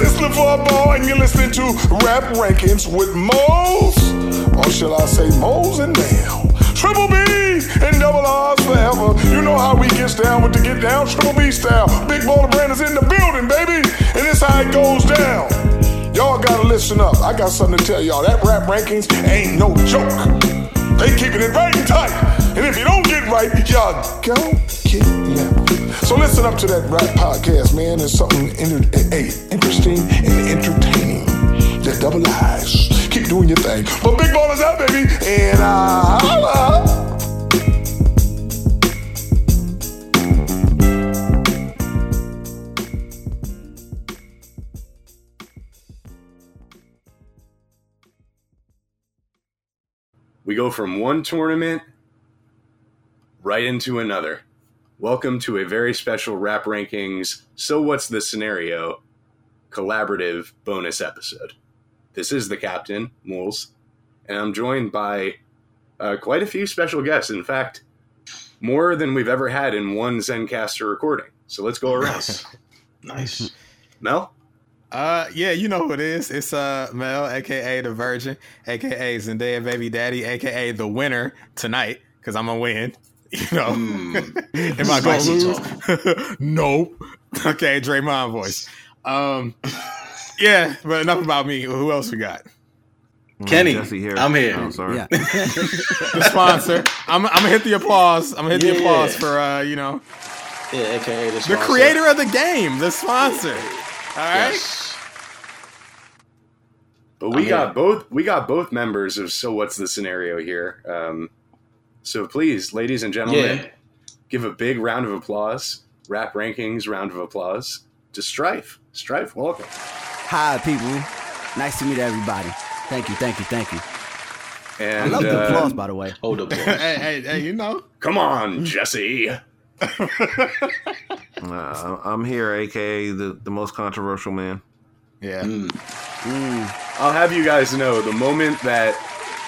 Bobo, and you're listening to Rap Rankings with Moles, or shall I say Moles and Nail. Triple B and double R's forever. You know how we gets down with the get down, Triple B style. Big Baller Brand is in the building, baby, and this how it goes down. Y'all gotta listen up. I got something to tell y'all. That Rap Rankings ain't no joke. They keeping it right and tight. And if you don't get right, y'all go get left. So listen up to that rap podcast, man. It's something inter- eh, interesting and entertaining. The double eyes. Keep doing your thing. But Big Ball is out, baby. And I holla. We go from one tournament right into another. Welcome to a very special Rap Rankings So What's the Scenario collaborative bonus episode. This is the captain, Moles, and I'm joined by uh, quite a few special guests. In fact, more than we've ever had in one Zencaster recording. So let's go around. Nice. Mel? Uh, yeah, you know who it is. It's uh Mel, aka the Virgin, aka Zendaya Baby Daddy, aka the winner tonight, because I'm gonna win. You know, am I gonna Hmm. Spicy lose? nope. Okay, Draymond voice. Um, yeah, but enough about me. Who else we got? Kenny, Jesse here. I'm here. Oh, sorry. Yeah. The sponsor. I'm, I'm gonna hit the applause. I'm gonna hit the Yeah. applause for uh, you know, Yeah, aka the, the sponsor. creator of the game, the sponsor. All right. Yes. But we I'm got here. both we got both members of So What's the Scenario here. Um, so please, ladies and gentlemen, Yeah. give a big round of applause. Rap rankings, round of applause to Strife. Strife, welcome. Hi, people. Nice to meet everybody. Thank you, thank you, thank you. And I love the uh, applause, Mm. by the way. Hold up. boy. Hey, hey, hey, you know. Come on, Jesse. Uh, I'm- I'm here, aka the, the most controversial man. Yeah. Mm. I'll have you guys know the moment that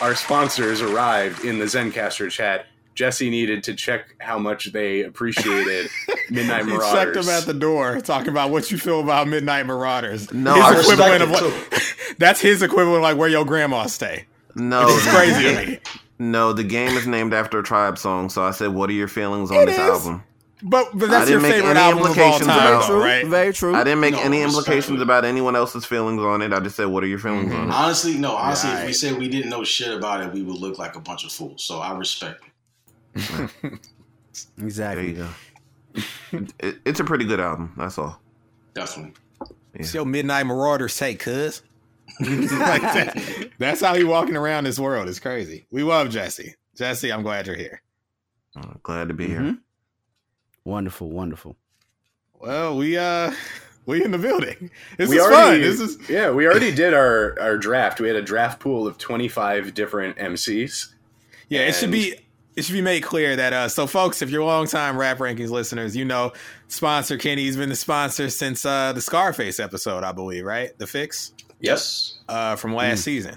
our sponsors arrived in the Zencaster chat, Jesse needed to check how much they appreciated Midnight You checked Marauders. him at the door, talking about what you feel about Midnight Marauders. No, His I equivalent respect of it, what, that's his equivalent of like where your grandma stay. No, It's crazy to me. No, the game is named after a tribe song, so I said, "What are your feelings on It this is. album?" But but that's I didn't your make favorite any album of all implications time, about- though, True, right? very true. I didn't make No, any respectfully. implications about anyone else's feelings on it. I just said, "What are your feelings on it?" Honestly, no. Honestly, if we Right. said we didn't know shit about it, we would look like a bunch of fools. So I respect it. There you exactly. go. It, it's a pretty good album. That's all. Definitely. It's your Midnight Marauders say, cuz. like that. That's how he walking around this world. It's crazy. We love Jesse. Jesse, I'm glad you're here. Uh, glad to be here. Mhm. Wonderful, wonderful. Well, we uh we in the building. This we is fun. already, This is yeah, we already did our, our draft. We had a draft pool of 25 different MCs. Yeah, it should And- be it should be made clear that uh so folks, if you're longtime rap rankings listeners, you know sponsor Kenny's been the sponsor since uh the Scarface episode, I believe, right? The fix Yes. uh from Mm. last season.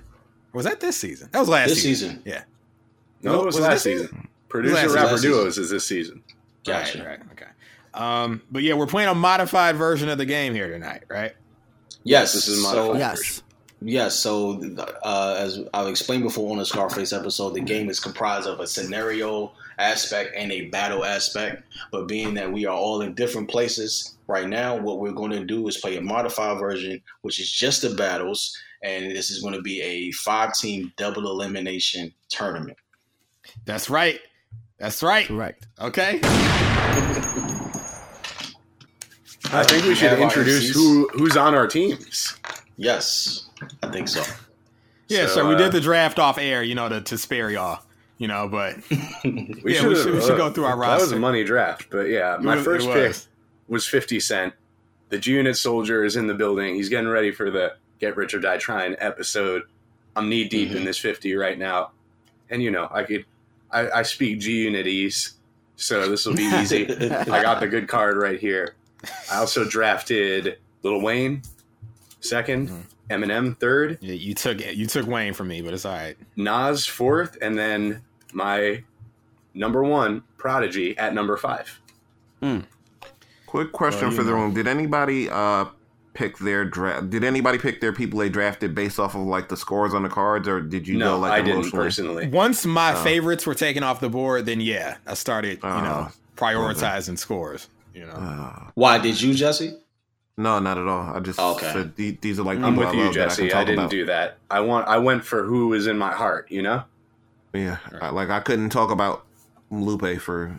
Was that this season? That was last This season. season. Yeah. No, No, it was, was it last this season. season? Producer It was last Rapper season. Duos is this season. Gotcha. Right, right, okay. Um but yeah, we're playing a modified version of the game here tonight, right? Yes. This is so, modified. Yes. Yes, so uh, as I've explained before on the Scarface episode, the game is comprised of a scenario aspect and a battle aspect. But being that we are all in different places right now, what we're going to do is play a modified version, which is just the battles. And this is going to be a five team double elimination tournament. That's right. That's right. Correct. Okay. I think we should Have our introduce MCs. who who's on our teams. Yes, I think so. Yeah, So, so, we uh, did the draft off air, you know, to, to spare y'all, you know, but We, Yeah, we should've- uh, should- we should go through our That was a roster. money draft, but yeah, my It was- first it pick was. was 50 Cent. The G Unit Soldier is in the building. He's getting ready for the Get Rich or Die Trying episode. I'm knee deep in this 50 right now. And, you know, I could, I, I speak G Unit ease, so this will be easy. I Uh-huh. got the good card right here. I also drafted Lil Wayne, 2nd Mm-hmm. Eminem, third, Yeah, you took you took Wayne from me, but it's all right. Nas, fourth, and then my number one, Prodigy, at number five. Quick question Well, you for the know. room: Did anybody uh, pick their draft? Did anybody pick their people they drafted based off of like the scores on the cards, or did you no, go like I didn't emotionally? personally. Once my favorites were taken off the board, then yeah, I started you know Oh. prioritizing scores. You know, Ah. Why did you, Jesse? no, not at all. I just Okay. said the- these are like I'm people with I you, love that I, Jesse. can I, talk didn't about. do that. I want. I went for who is in my heart. You know. Yeah, I- like I couldn't talk about Lupe for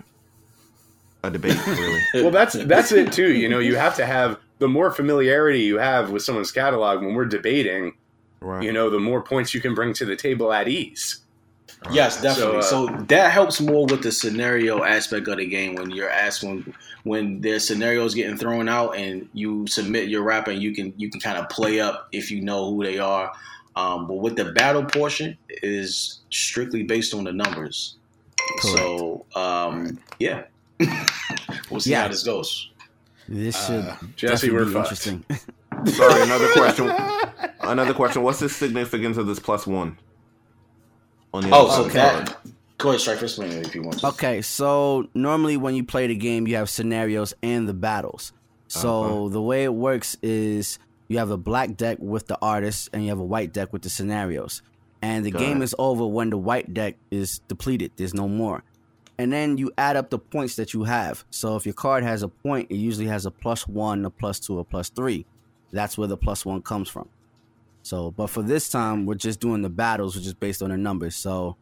a debate. Really, well that's that's it too you know you have to have the more familiarity you have with someone's catalog when we're debating right? you know the more points you can bring to the table at ease Yes, definitely. So, uh, So, that helps more with the scenario aspect of the game when you're asked when when there's scenarios getting thrown out and you submit your rap and you can you can kind of play up if you know who they are. Um, but with the battle portion it is strictly based on the numbers. So um, yeah, we'll see Yeah. how this goes. This Uh, should jesse definitely we're be fucked interesting. Sorry, another question. Another question. What's the significance of this plus one? On the Oh, other so side of the card? that go ahead, strike first man if you want. To. Okay, so normally when you play the game, you have scenarios and the battles. So the way it works is you have a black deck with the artists and you have a white deck with the scenarios. And the Got game it. is over when the white deck is depleted, there's no more. And then you add up the points that you have. So if your card has a point, it usually has a plus one, a plus two, a plus three. That's where the plus one comes from. So, but for this time, we're just doing the battles, which is based on the numbers. So,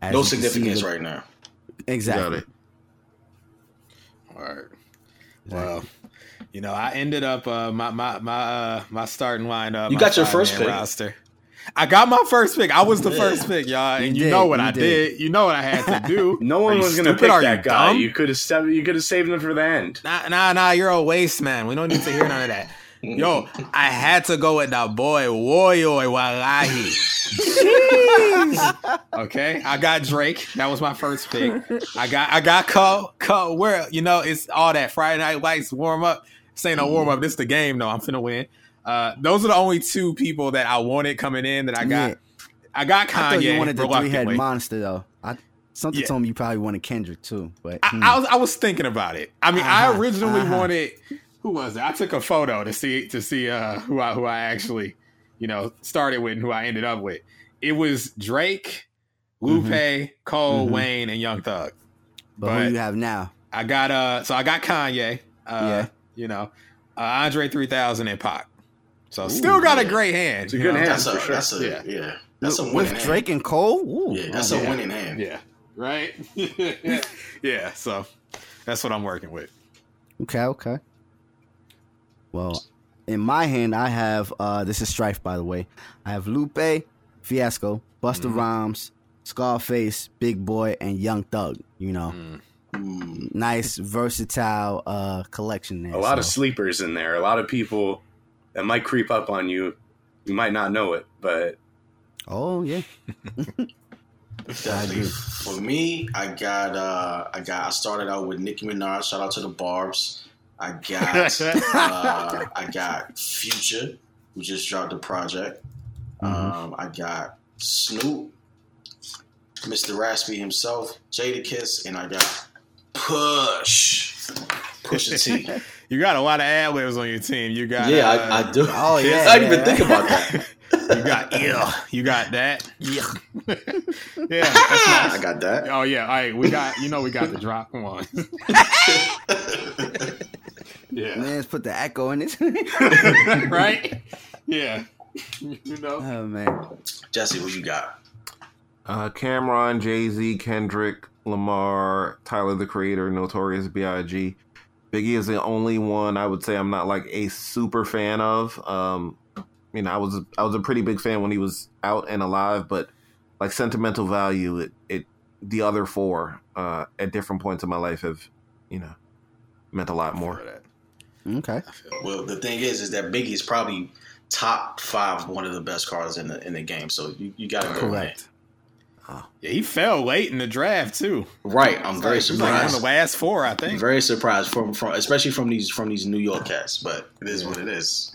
as No you can see, significance the- right now. Exactly. Got it. All right. Well, you know, I ended up uh, my my my uh, my starting lineup. You my got your five-man first pick. roster. I got my first pick. I was the first pick, y'all, and you, did, know what you I did. did. You know what I had to do. no one Are you was gonna stupid? pick Are you that guy dumb? you could have you could have saved him for the end Nah, nah, nah, you're a waste man. We don't need to hear none of that. Yo, I had to go with that boy Woyoy Walahi. Jeez. Okay, I got Drake. That was my first pick. I got I got Cole. Cole, where you know it's all that Friday Night Lights warm up. This ain't no warm up. This the game. though. I'm finna win. Uh, those are the only two people that I wanted coming in that I got. Yeah. I got Kanye. I thought you wanted the three head reluctantly. monster though. I, something Yeah. told me you probably wanted Kendrick too, but I, hmm. I was I was thinking about it. I mean, I Uh-huh, originally uh-huh. wanted who was it? I took a photo to see to see uh, who I who I actually you know started with and who I ended up with. It was Drake, Lupe, Cole, Mhm. Wayne, and Young Thug. Mm-hmm. but, but- who you have now? I got uh, so I got Kanye. Uh, Yeah. you know, uh, Andre three thousand and Pac. So still got a great hand. It's a you good know? hand. That's a for sure. that's a Yeah. yeah. That's a With- winning with hand. Drake Oh, and Cole. Ooh, Yeah, that's wow. a winning hand. Yeah, right. yeah, so that's what I'm working with. Okay, okay. Well, in my hand, I have uh this is Strife, by the way. I have Lupe, Fiasco, Busta Mm-hmm. Rhymes, Scarface, Big Boy, and Young Thug. You know, Mm. nice versatile uh collection there. a lot of so- sleepers in there a lot of people that might creep up on you you might not know it but oh yeah, Definitely. For me, I got uh I got I started out with Nicki Minaj, shout out to the Barbs. I got uh, I got Future, who just dropped the project. Um, I got Snoop, Mr. Raspy himself, Jada Kiss, and I got Push. Push a T. You got a lot of ad libs on your team. You got yeah, uh, I, I do. Oh, yeah, I didn't yeah. even think about that. You got ill. You got that. yeah. Yeah. That's I nice. got that. Oh yeah. All right. We got. You know we got the drop. Come on. yeah. Man, let's put the echo in it. Right. Yeah. You know. oh man. Jesse, who you got? Uh, Cameron, Jay Z, Kendrick Lamar, Tyler the Creator, Notorious B.I.G. Biggie is the only one I would say I'm not like a super fan of. Um, you know, I was I was a pretty big fan when he was out and alive, but like sentimental value, it it the other four uh, at different points in my life have you know meant a lot more. Okay. Well, the thing is, is that Biggie is probably top five, one of the best cards in the in the game. So you, you got to go with Correct. Yeah. He fell late in the draft too. that. Right, I'm very He was like one of surprised. the last four, I think. Very surprised from from especially from these from these New York cats. But it is what it is.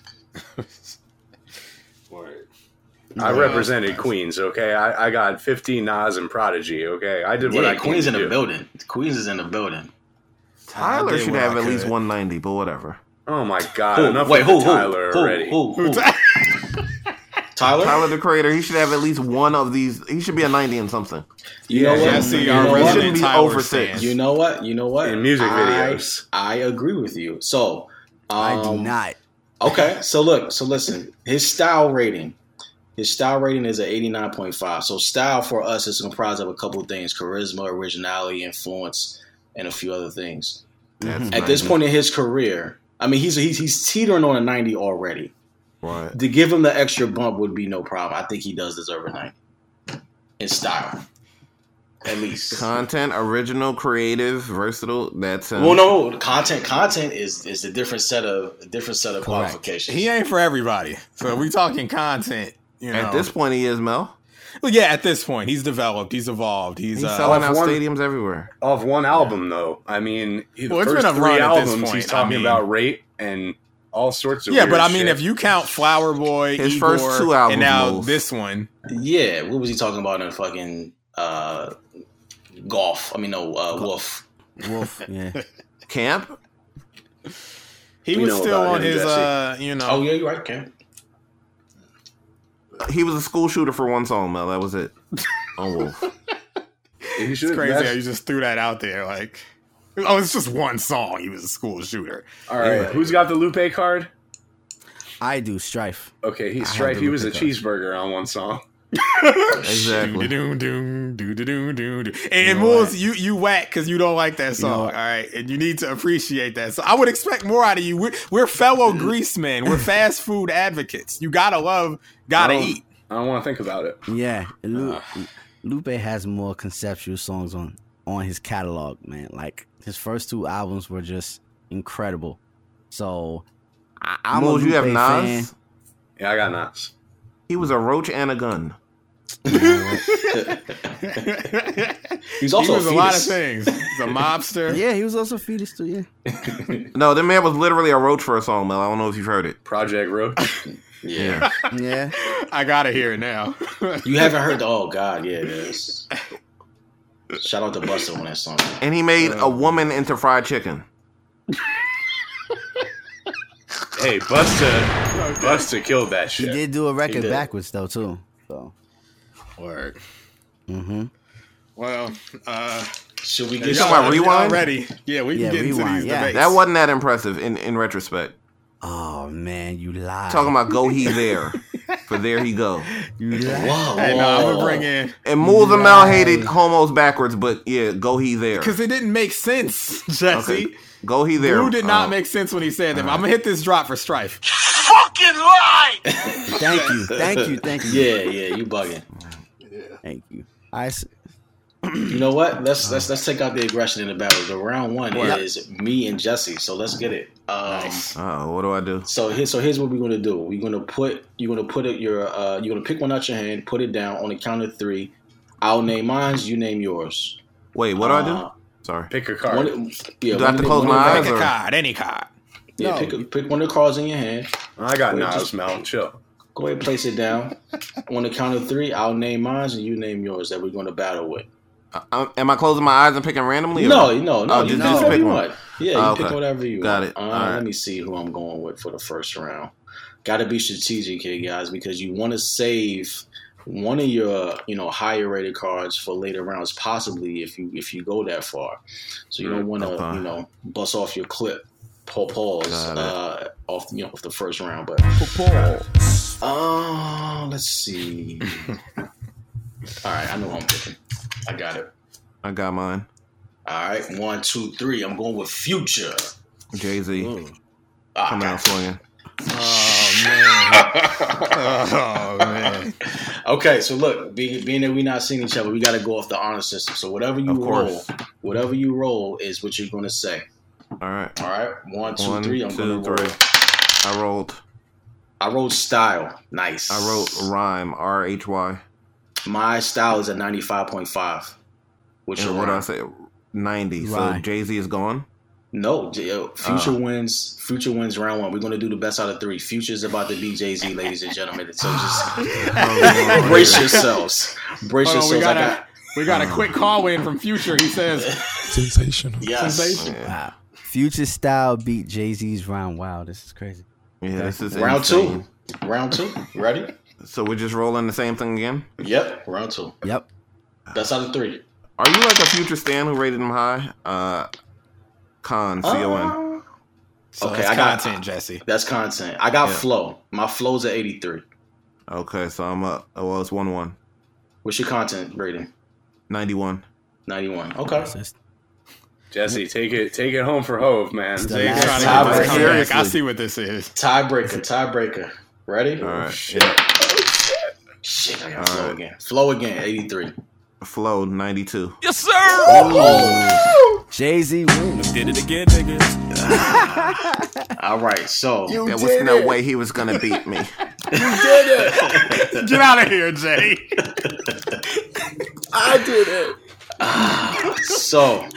I represented Queens, okay? I, I got 15 Nas and Prodigy, okay? I did what yeah, I came Queens to in the do. building. Queens is in the building. Tyler did should what I have at least could. 190, but whatever. Oh my god! Who? Enough Wait, with the who? Tyler Who? already. Who? Who? who? Tyler? Tyler the Creator, he should have at least one of these. He should be a ninety and something. You Yeah, know what? yeah, I see you, know our He what? resident- shouldn't be Tyler over stands. six. you know what? You know what? In music I- videos. I agree with you. So, um, I do not. Okay, so look, so listen, his style rating, his style rating is at eighty nine point five. So style for us is comprised of a couple of things: charisma, originality, influence, and a few other things. That's Mm-hmm. At this 90. point in his career, I mean, he's he's, he's teetering on a ninety already. right? To give him the extra bump would be no problem. I think he does deserve a ninety in style, at least. Content, original, creative, versatile. uh, That's him. well, no, content content is is a different set of a different set of Correct. qualifications. He ain't for everybody. So we talking content. You know. At this point, he is Mel. Well, yeah, at this point, he's developed. He's evolved. He's, He's uh, selling out one- stadiums everywhere. Off one album though. I mean, he- the Well, it's first been a three run at this albums he's point, talking I mean. about rape and all sorts of. yeah, weird but I mean, shit. if you count Flower Boy, His Igor, first two albums and now moves. this one, Yeah, what was he talking about in fucking uh, golf? I mean, no, uh, wolf. Wolf. Yeah. Camp. he We was know still about on him, his, Jesse. uh, you know, Oh yeah, you're right, Cam. He was a school shooter for one song, Mel. That was it. On Wolf. He it's should've- crazy that's- how you just threw that out there. Like, oh, it's just one song. He was a school shooter. all right, who's got the Lupe card? I do strife. Okay, I he's had strife. the He was a Lupe card. cheeseburger on one song. Exactly. Doom, doom, doom, doom, doom, doom, doom. And, and know Mools, what? you you whack because you don't like that know song, all what? right? And you need to appreciate that. So I would expect more out of you. We're, we're fellow grease men. We're fast food advocates. You gotta love, gotta I don't- eat. I don't want to think about it. Yeah, Lu- Lupe has more conceptual songs on on his catalog, man. Like his first two albums were just incredible. So I, I'm Moles, a you have Lupe fan. Nas. Yeah, I got knots. He was a roach and a gun. He's also he was a, a, lot of fetus. things. He's a mobster. Yeah, he was also fetus too. Yeah, No, that man was literally a roach for a song, Mel. I don't know if you've heard it. Project Roach. Yeah, yeah. I gotta hear it now. you haven't heard. The, oh God, yeah. it is. Shout out to Buster on that song. And he made a woman into fried chicken. hey, Busta, Busta killed that He shit. did do a record did. backwards though too. So Word. mm-hmm. Well, uh, Should we y'all- get talking about y'all Rewind? ready? Yeah, we can Yeah, get into Rewind, these yeah. debates. That wasn't that impressive in, in retrospect. oh man, you lied. Talking about go he there. For there he go. you Whoa, lied. whoa. Hey, no, I'm Oh. gonna bring in And Mool the Mel Right. hated homos backwards, but yeah, go he there. because it didn't make sense, Jesse. Okay. Go he there. Drew did not Uh, make sense when he said that. I'm gonna hit this drop for strife. Thank you, thank you, thank you, Yeah, yeah, you bugging. thank you. I s- You know what? Let's let's let's take out the aggression in the battle. The round one Word. is me and Jesse. So let's get it. Um, Oh, what do I do? So here, so here's what we're gonna do. We're gonna put you're gonna put it your uh, you're gonna pick one out your hand, put it down on the count of three. I'll name mine, you name yours. Wait, what do I do? Uh, Sorry. Pick a card. One, yeah, Do I have to close one- my one- eyes? Pick a or- card, any card. Yeah, No. pick, a, pick one of the cards in your hand. I got Wait, Nas, just- Mel. Chill. Go ahead, place it down. on the count of three, I'll name mine, and you name yours that we're gonna battle with. Uh, am I closing my eyes and picking randomly? or- No, no, no. Oh, you pick just- just whatever pick you one. want. Yeah, you Oh, pick okay. whatever you Got want. it. Uh, All right. Let me see who I'm going with for the first round. Got to be strategic here, guys, because you want to save one of your you know higher rated cards for later rounds, possibly if you if you go that far. So you don't want to okay. you know bust off your clip. Paul pause Got it. uh, off you know off the first round, but uh, let's see. All right, I know who I'm picking. I got it. I got mine. All right, one, two, three. I'm going with Future. Jay Z. Ah, Coming Mm. out swinging. Oh man. Oh man. Okay, so look, being, being that we not seeing each other, we got to go off the honor system. So whatever you Of roll, course. whatever you roll is what you're going to say. All right. All right, one, two, One, three. I'm two, going to roll. three. I rolled. I rolled style. Nice. I wrote rhyme. R H Y. my style is a 95.5. Which And your what round? I say? Ninety. So Right. Jay Z is gone. No, J- yo, Future Ah. wins. Future wins round one. We're going to do the best out of three. Future's about to be Jay Z, ladies and gentlemen. So just Oh, brace yourselves. Brace Hold on, yourselves. we got I a got. we got a quick call in from Future. He says Sensational. Yes. sensation. Yeah. wow. Future Style beat Jay Z's rhyme. Wow, this is crazy. Yeah, this is Round insane. two. Round two. Ready? So we're just rolling the same thing again. Yep. Round two. Yep. That's out of three. Are you like a future stan who rated him high? Uh, Con C O N. Uh, So Okay, it's I got- content, Jesse. that's content. I got Yeah. flow. My flow's at eighty three. Okay, so I'm up. Oh, well, it's one one. What's your content rating? Ninety one. Ninety one. Okay. So it's- Jesse, take it take it home for Hove, man. It's the Take it- last- Trying to Nah, get this but comeback. I seriously. see what this is. Tiebreaker. Tiebreaker. Ready? All right. Shit. Shit. I got All flow right. again. Flow again. Eighty three. Flow ninety two. Jay Z win. Did it again, niggas. All right. So There was no way he was gonna beat me. Get out of here, Jay. so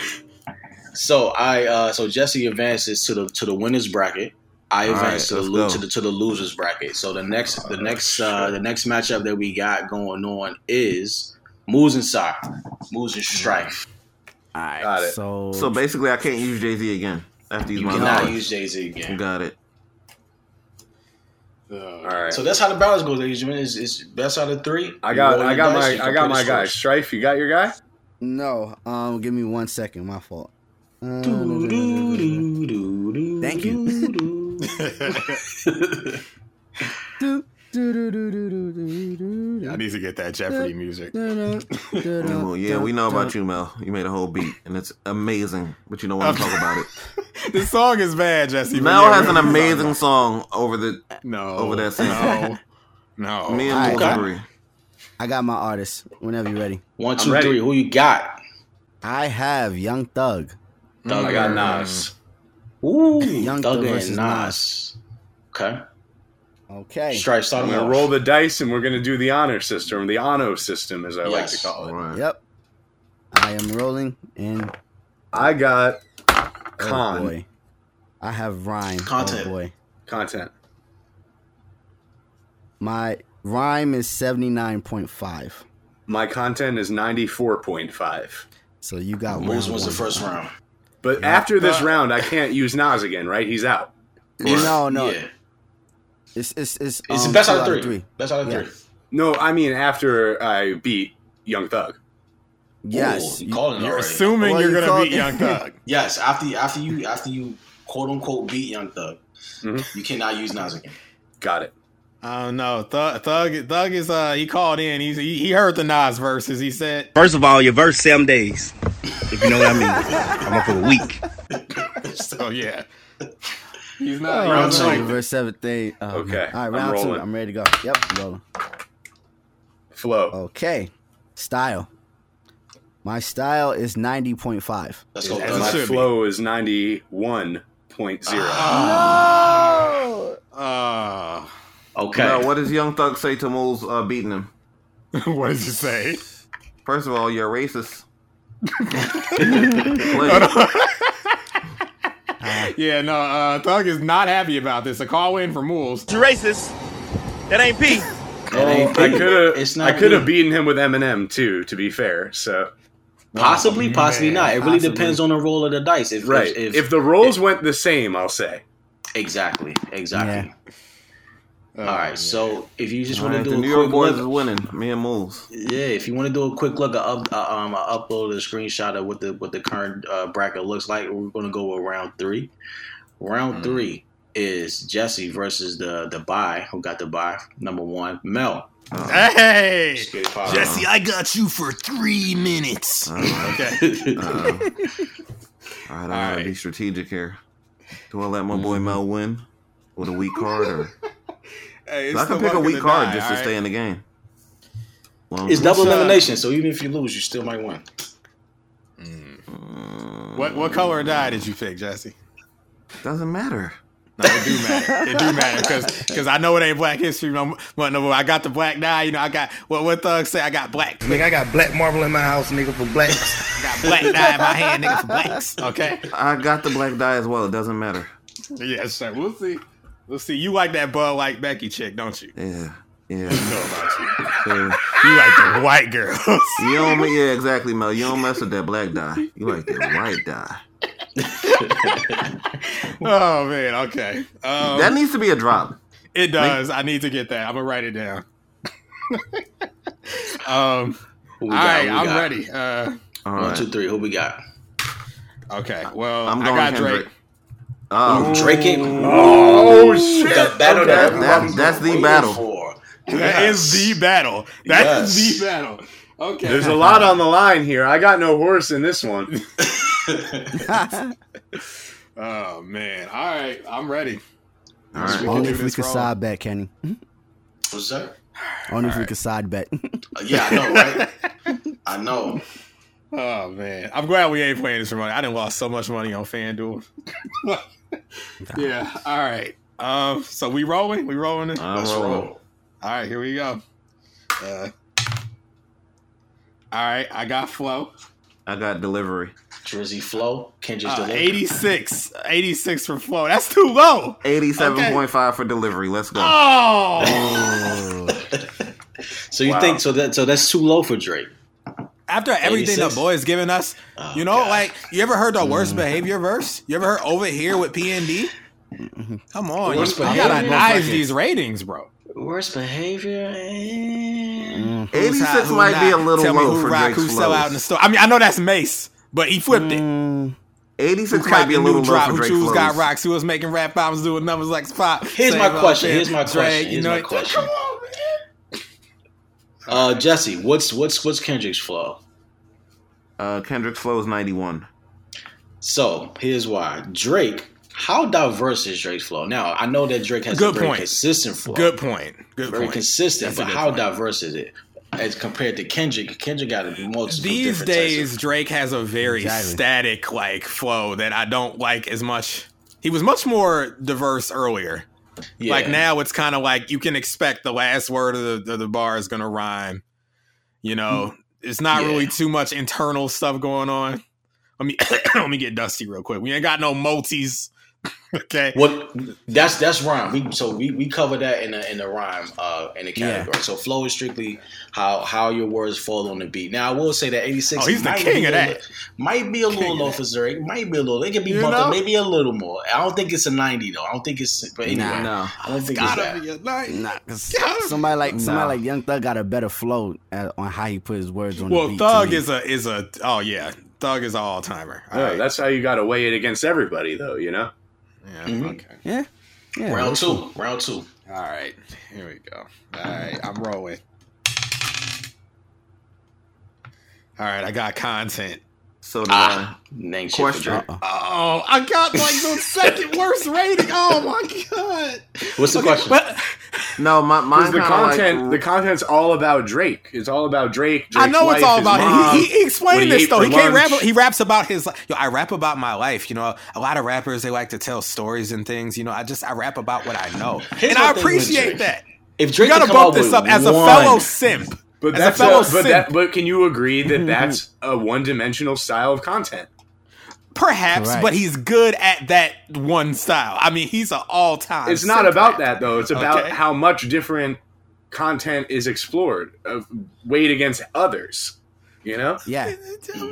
so I uh so Jesse advances to the to the winners bracket. I All advance right, to the let's lo- to go. the to the losers bracket. So the next the next uh the next matchup that we got going on is Moves and Sire. Moves and Strife. All right. Got it. So, So basically, I can't use Jay Z again after he's You my cannot knowledge. use Jay Z again. Got it. All right. So that's how the battles go, ladies and gentlemen. It's, it's best out of three. I got You roll I your got dice, my you I got compare my the guy. scores. Strife, you got your guy? no. Um, give me one second. My fault. Uh, Thank you. do, do, do, do, do, do, do, do, do. I need to get that Jeopardy music. Da, da, da, da, Well, yeah, da, we know da. about you, Mel. You made a whole beat, and it's amazing, but you don't want to talk about it. This song is bad, Jesse. but Mel yeah, has we- an amazing song over the no over that same- No, no. me and Okay. Moose agree. I got my artist. Whenever you're ready, One, I'm two, ready. three. Who you got? I have Young Thug. Thug I got Nas. Ooh, Young Thug Thug and versus Nas. Okay. Okay. Strife I'm starting gonna off. roll the dice and we're gonna do the honor system, the honor system as I like to Yes. call All it. right. Yep. I am rolling and I got oh con boy. I have rhyme. Content. Oh boy. content. My rhyme is 79.5. My content is ninety four point five. So you got Moves round was the one. first round. But after this Uh, round, I can't use Nas again, right? He's out. No, no. Yeah. It's it's it's, It's um, the best two out of three. Best out of Yeah. three. No, I mean after I beat Young Thug. Yes. Ooh, you- calling it You're already. assuming Well, you're you gonna called- beat Young Thug. yes, after you, after you after you quote unquote beat Young Thug, Mhm. you cannot use Nas again. Got it. I don't know. Thug, Thug, Thug is uh, he called in. He's, he he heard the Nas verses. He said, First of all, your verse seven days. If you know what I mean. I'm up for a week. so yeah. He's not. Oh, Round no, two. verse seventh day. Oh, Okay, man. All I'm right, round two. rolling. I'm ready to go. Yep. Rolling. Flow. Oh. Okay. Style. My style is 90.5. Let's go. and it Ah. my Thug. should be. flow is ninety one point zero. Uh, Okay. Mel, what does Young Thug say to Moose uh, beating him? what did you say? First of all, you're racist. Play. Yeah, no. Uh, Thug is not happy about this. A call in for Mools. You racist. That ain't P. That ain't I big. could It's have not I could have big. beaten him with Eminem too, to be fair. So Possibly, possibly not. It really Possibly. depends on the roll of the dice. If, right, If, if, if, the roles went the same, I'll say exactly, exactly. All right. So if you just All want right, to the do New a York quick boys is look, winning. Me and Moose. yeah, if you want to do a quick look, I up, uh, um, I uploaded a screenshot of what the what the current uh, bracket looks like. We're going to go with round three. Round Mm. three is Jesse versus the the buy who got the buy number one Mel. Hey, Jesse. I got you for three minutes. All right, I gotta be strategic here. Do I let my Mm-hmm. boy Mel win with a weak card, or Hey, it's I can the pick a luck of weak the card die, just to all stay right? in the game? Well, It's double What's, uh, elimination, so even if you lose, you still might win. Mm. What what color die did you pick, Jesse? doesn't matter. No, it do matter. It do matter because I know it ain't Black History Month. No, no, I got the black die. You know, I got what what Thug say. I got black. Nigga, I got black marble in my house, nigga, for black. I got black die in my hand, nigga, for blacks. Okay. I got the black die as well. It doesn't matter. Yes, sir. We'll see. We'll see. You like that bud like Becky chick, don't you? Yeah, yeah. Know about you. So, You like the white girls. you don't, yeah, exactly, Mel. You don't mess with that black die. You like that white die. Oh man, okay. Um, that needs to be a drop. It does. I need to get that. I'm gonna write it down. um, Who we all got? right, Who we I'm got? ready. Uh, All One, right. two, three. Who we got? okay, well, I'm i going got Kendrick. Drake. Oh, Drake it. Oh shit! The battle That- that, everybody's that- that's the waiting battle. For. That is the battle. That is Yes. the battle. Okay. There's a lot on the line here. I got no horse in this one. oh man. All right, I'm ready. all right. Only do if we this could wrong. side bet, Kenny. What's that? Only if we could side bet. Uh, yeah, I know, right? I know. Oh man, I'm glad we ain't playing this for money. I didn't lost so much money on FanDuel. yeah. All right. Um. So we rolling. We rolling. This? All I'm Let's rolling. roll. right. Here we go. Uh, all right. I got flow. I got delivery. Drizzy Flow, Kendrick's Uh, the 86. 86 for flow. That's too low. 87.5 for delivery. Let's go. Oh. So you think so that so that's too low for Drake? After everything 86? the boy's giving us, Oh, you know, God. like you ever heard the Mm-hmm. worst behavior verse? You ever heard over here with PND? Come on, you, you Mm-hmm. Worst gotta behavior? knife these ratings, bro. Worst behavior. eh. Mm. Who's 86 hot, who might be a not? little Tell low me who for rock, Drake's who sell flows. out in the store. I mean, I know that's Mace, but he flipped it. Mm. Who 86 might copied be a the little new low drop? for Who Drake choose got flows. rocks? Who was making rap albums doing numbers like Spot? Here's Save my Up, question. Save Here's my Drake, question. you Here's know my it- question. Uh, Jesse, what's what's what's Kendrick's flow? Uh, Kendrick's flow is 91. So here's why Drake. How diverse is Drake's flow? Now I know that Drake has Good a very point. consistent flow, Good point. Good very point. consistent, That's a but good how point. diverse is it as compared to Kendrick? Kendrick got to be multiple. These different types days, Drake has a very Exactly. static like flow that I don't like as much. He was much more diverse earlier. of- yeah. Like now, it's kind of like you can expect the last word of the, of the bar is going to rhyme. You know, it's not Mm. Yeah. really too much internal stuff going on. Let me let me get dusty real quick. We ain't got no multis. okay. What that's that's rhyme. We so we, we cover that in a in a rhyme uh in a Yeah. category. So flow is strictly how how your words fall on the beat. Now I will say that eighty six. Oh, he's the king of that. Might be a little low for Zurich. Might be a little. It could be You bumped up, know? maybe a little more. I don't think it's a ninety though. I don't think it's. But anyway, Nah. No. I don't think it's Gotta that. be a night. Nah, 'cause somebody like Nah. somebody like Young Thug got a better flow at, on how he put his words on. the Well, beat Thug to me. is a is a oh yeah, Thug is an all timer. Oh, that's how you got to weigh it against everybody, though. You know. yeah, Mhm. okay. yeah, yeah. Round two. Round two. All right, here we go. All right, I'm rolling. All right, I got content. So did Ah, name shit for Question. Drake. Uh-uh. Oh, I got like the second worst rating. Oh my god! What's the question? But I. No, my, mine Because the kinda content, like, the content's all about Drake. It's all about Drake. I Drake's know wife, it's all his about mom. him. He, he what he explained this ate though. for He can't rap. lunch. He raps about his. li- Yo, I rap about my life. You know, a lot of rappers they like to tell stories and things. You know, I just I rap about what I know, Here's and my I thing with appreciate Drake. that. If You Drake gotta could come bump out this with up as a one- fellow simp. But As a that's fellow a, but that simp. but can you agree that that's a one dimensional style of content? Perhaps, Correct. but he's good at that one style. I mean, he's an all time. it's not about that though. It's about Okay. how much different content is explored, uh, weighed against others. You know. yeah.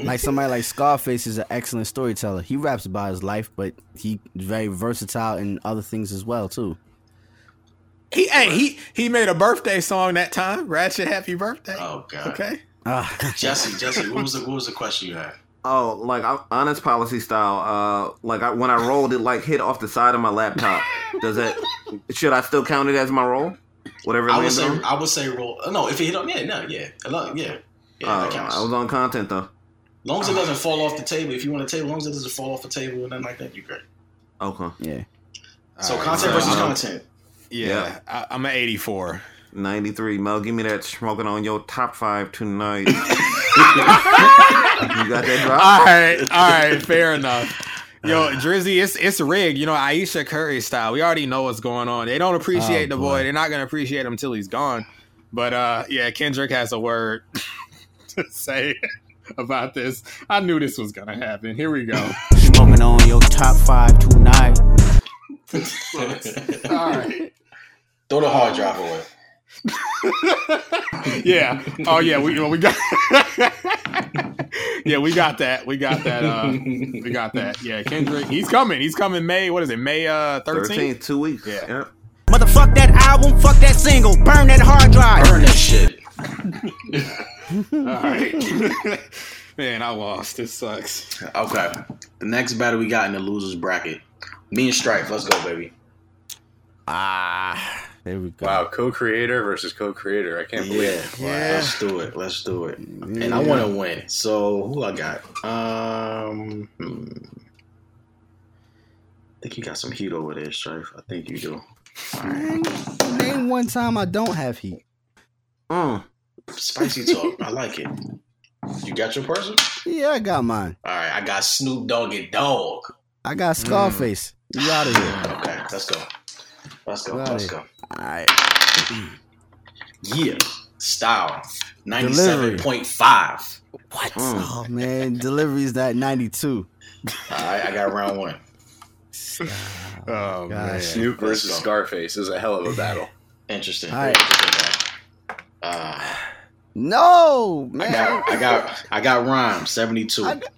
Like somebody like Scarface is an excellent storyteller. He raps about his life, but he very versatile in other things as well too. He hey, he he made a birthday song that time. Ratchet, happy birthday. Oh god. Okay. Ah, Jesse, Jesse, what was the what was the question you had? Oh, like I- honest policy style. Uh, like I, when I rolled, it like hit off the side of my laptop. Does that? Should I still count it as my roll? Whatever. It I would lands say on? I would say roll. uh, No, if it hit on, yeah, no, yeah, I love- yeah, yeah, Oh, that counts. I was on content though. long as it doesn't fall off the table. If you want a table, long as it doesn't fall off the table or nothing like that, you're great. Okay, yeah. So All right, content so versus I'm- content. Uh, Yeah, Yeah. I, I'm an 84. ninety three. Mel, give me that smoking on your top five tonight. you got that drop? All right, all right, fair enough. Yo, Drizzy, it's it's rigged. You know, Aisha Curry style. We already know what's going on. They don't appreciate the Oh, boy. boy. They're not gonna appreciate him till he's gone. But uh, yeah, Kendrick has a word to say about this. I knew this was gonna happen. Here we go. Smoking on your top five tonight. all right. Throw the hard drive away. yeah. Oh yeah. We we got. yeah, we got that. We got that. Uh, we got that. Yeah, Kendrick, he's coming. He's coming May. What is it? May uh thirteenth. Thirteen, two weeks. Yeah. Yep. Motherfuck that album, fuck that single, burn that hard drive. Burn that shit. All right. Man, I lost. This sucks. Okay. The next battle we got in the losers bracket. Me and Strife. Let's go, baby. Ah, there we go. Wow, co-creator versus co-creator. I can't believe Yeah. Let's do it. Let's do it. And I want to win. So who I got? Um, hmm. I think you got some heat over there, Strife. I think you do. Name, name one time I don't have heat. Mm. Spicy talk. I like it. You got your person? Yeah, I got mine. All right. I got Snoop Dogg and Dog. I got Scarface. You out of here. Okay. Let's go. Let's go. Got Let's it. go. All right. Yeah. Style. Delivery. 97.5. What? Oh man, delivery's that ninety two. All right. I got round one. Oh man. Gosh. Snoop versus Let's go. Scarface is a hell of a battle. Interesting. All Very right. interesting guy. Uh, No, I man. got, I got, I got rhyme seventy two. I got-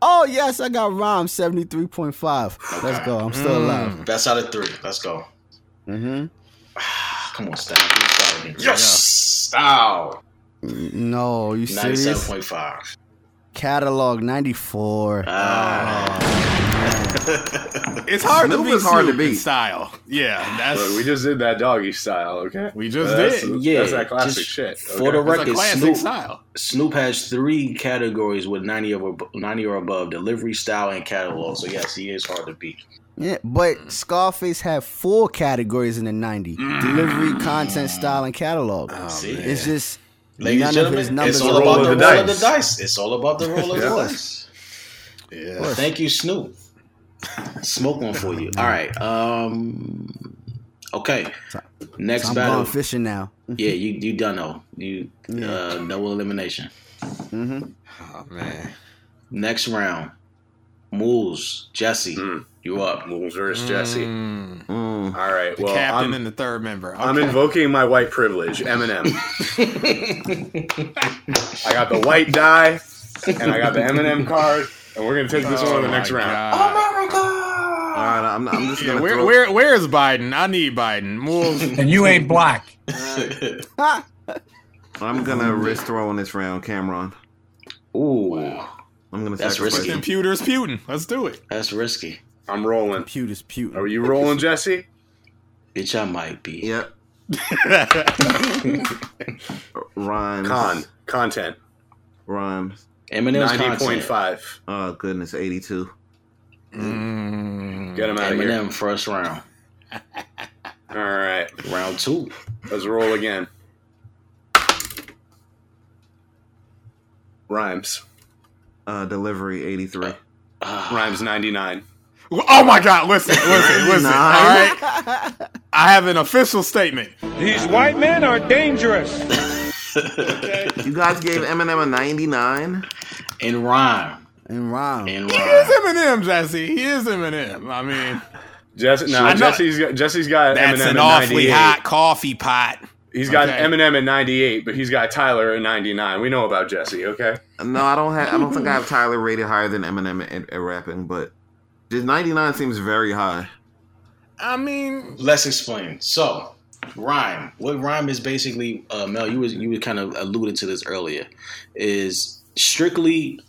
oh yes, I got Rom seventy three point five. Let's go. I'm still alive. Mm-hmm. Best out of three. Let's go. Mm-hmm. Come on, style. You proud of me. Yes, style. No, you Ninety seven serious? point five. Catalog ninety four. Ah. Ah. It's hard Snoop to beat is hard to Snoop in beat. style. Yeah, that's Look, we just did that doggy style, okay? We just that's, did. Yeah, That's that classic just shit. for the it's a record, classic Snoop. style. Snoop has three categories with ninety or ab- ninety or above: delivery, style, and catalog. So yes, he is hard to beat. Yeah, but Scarface had four categories in the ninety: delivery, content, style, and catalog. Oh, See, it's just ladies and none of his gentlemen, numbers it's are all about of the roll the of the dice. dice. It's all about the roll of the Yeah. dice. Yeah. Thank you, Snoop. Smoke one for you. All right. Um. Okay. Next I'm battle. going fishing now. Yeah, you you done though. You uh, double elimination. Mm-hmm. Oh man. Next round. Moves. Jesse, Mm. you up. Wolves versus Jesse. Um, Mm, Mm. All right, the well, captain I'm, and the third member. I'm Okay. invoking my white privilege, Eminem. I got the white die, and I got the Eminem card, and we're gonna take this one Oh in the next my round. God. All right, I'm, I'm just Yeah, gonna where, throw. where where is Biden? I need Biden. Wolves. And you ain't black. I'm gonna risk throwing this round, Cameron. Ooh, I'm gonna That's sacrifice. risky. him. Computers Putin. Let's do it. that's risky. I'm rolling. Pewt is pewt. Are you rolling, Jesse? Bitch, I might be. Yep. Rhymes. Con content Rhymes. Eminem's ninety content. point five. Oh goodness, 82. Mm. Get him out of here. Eminem first round. All right, Round two. let's roll again. Rhymes. Uh, delivery 83. Ah, Rhymes ninety nine. Oh my God! Listen, listen, listen. All Nine? right, I have an official statement. These white men are dangerous. You guys gave Eminem a 99. In rhyme. And Rom. In He is rhyme. Eminem, Jesse. He is Eminem. I mean, Jesse, no, I know- Jesse's got, Jesse's got that's Eminem an at awfully 98. hot coffee pot. He's got Okay. Eminem at 98, but he's got Tyler at 99. We know about Jesse, okay? No, I don't have. I don't think I have Tyler rated higher than Eminem at, at rapping, but this 99 seems very high. I mean, Let's explain. So, rhyme. What rhyme is basically, uh, Mel? You was you were kind of alluded to this earlier. Is strictly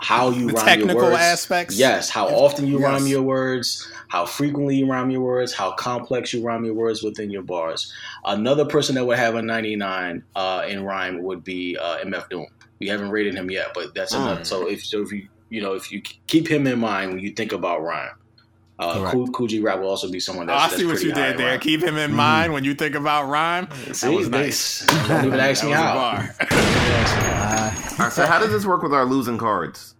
how you The rhyme technical your words. aspects? Yes. How often you Yes. rhyme your words. How frequently you rhyme your words. How complex you rhyme your words within your bars. Another person that would have a ninety nine uh, in rhyme would be uh, MF Doom. We haven't rated him yet, but that's Mm. enough. So if so if you you know if you keep him in mind when you think about rhyme. Uh, Correct. Cool- Coogee Rap will also be someone that's Oh, I that's see what pretty you high Mm-hmm. in did there. rhyme. Keep him in mind when you think about rhyme. See, was they- nice. Don't even ask me That was a how. bar. All right, so how does this work with our losing cards?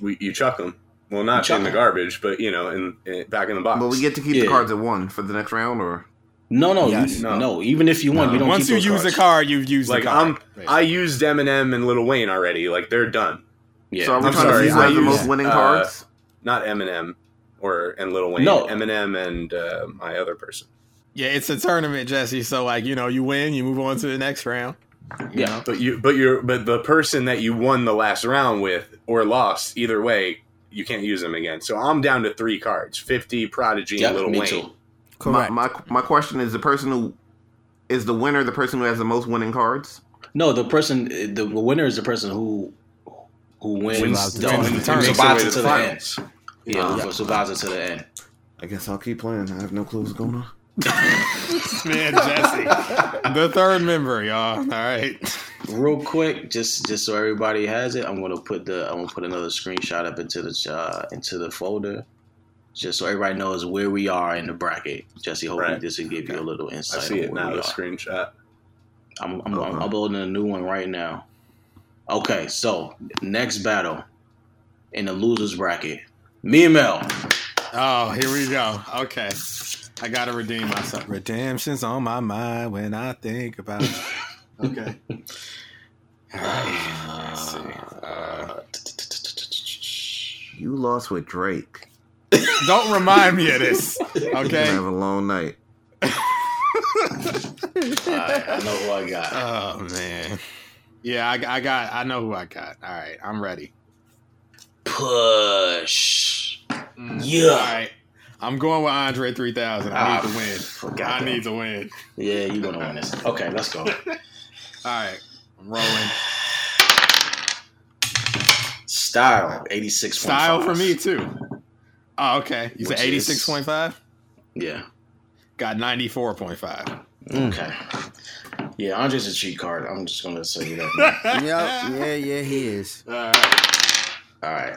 We, you chuck them. Well, not chuck in the 'em. garbage, but, you know, in, in back in the box. But we get to keep Yeah. the cards at one for the next round, or No, no, Yes. you, no, Even if you won, you don't. Once you keep those use cards. a card, you've used like, the card. I'm, I used Eminem and Lil Wayne already. Like, they're done. yeah. so are we I'm trying sorry, to see who I has the used, most winning uh, cards? Not Eminem or and Lil Wayne. No. Eminem and uh, my other person. yeah, it's a tournament, Jesse. So like, you know, you win, you move on to the next round. You know? But you, but you're, but the person that you won the last round with or lost, either way, you can't use them again. So I'm down to three cards: fifty, prodigy, Yeah, and little me Wayne. too. My, Correct. my my question is the person who is the winner the person who has the most winning cards? No, the person, the winner is the person who who wins, Wins the, the tournament. who Makes their way survives to it to the the end. finals. Yeah, who survives it to the end. I guess I'll keep playing. I have no clue what's going on. Man, Jesse. the third member, y'all. All right. Real quick, just just so everybody has it, I'm gonna put the I'm gonna put another screenshot up into the uh, into the folder, just so everybody knows where we are in the bracket. Jesse, hopefully Right. this will give you a little I insight. see on it where now. we The are. screenshot. I'm, I'm, I'm Uh-huh. uploading a new one right now. Okay, so next battle in the losers bracket, me and Mel. Oh, here we go. Okay. I gotta redeem myself. Redemption's on my mind when I think about it. Okay. All right. Let's see. Uh, You lost with Drake. don't remind me of this. You're Okay. gonna have a long night. Alright, I know who I got. Oh man. Yeah, I, I got. I know who I got. All right, I'm ready. Push. Mm, All Yeah. right, I'm going with Andre 3000. I Ah, need to win. Forgot I that. need to win. Yeah, you're gonna win this. Okay, let's go. All right, I'm rolling. Style, 86. Style for me too. Oh, okay. You said Which is- 86.5. Yeah. Got 94.5. Okay. Yeah, Andre's a cheat card. I'm just gonna say that. Yep. Yeah, yeah, he is. All right. All right.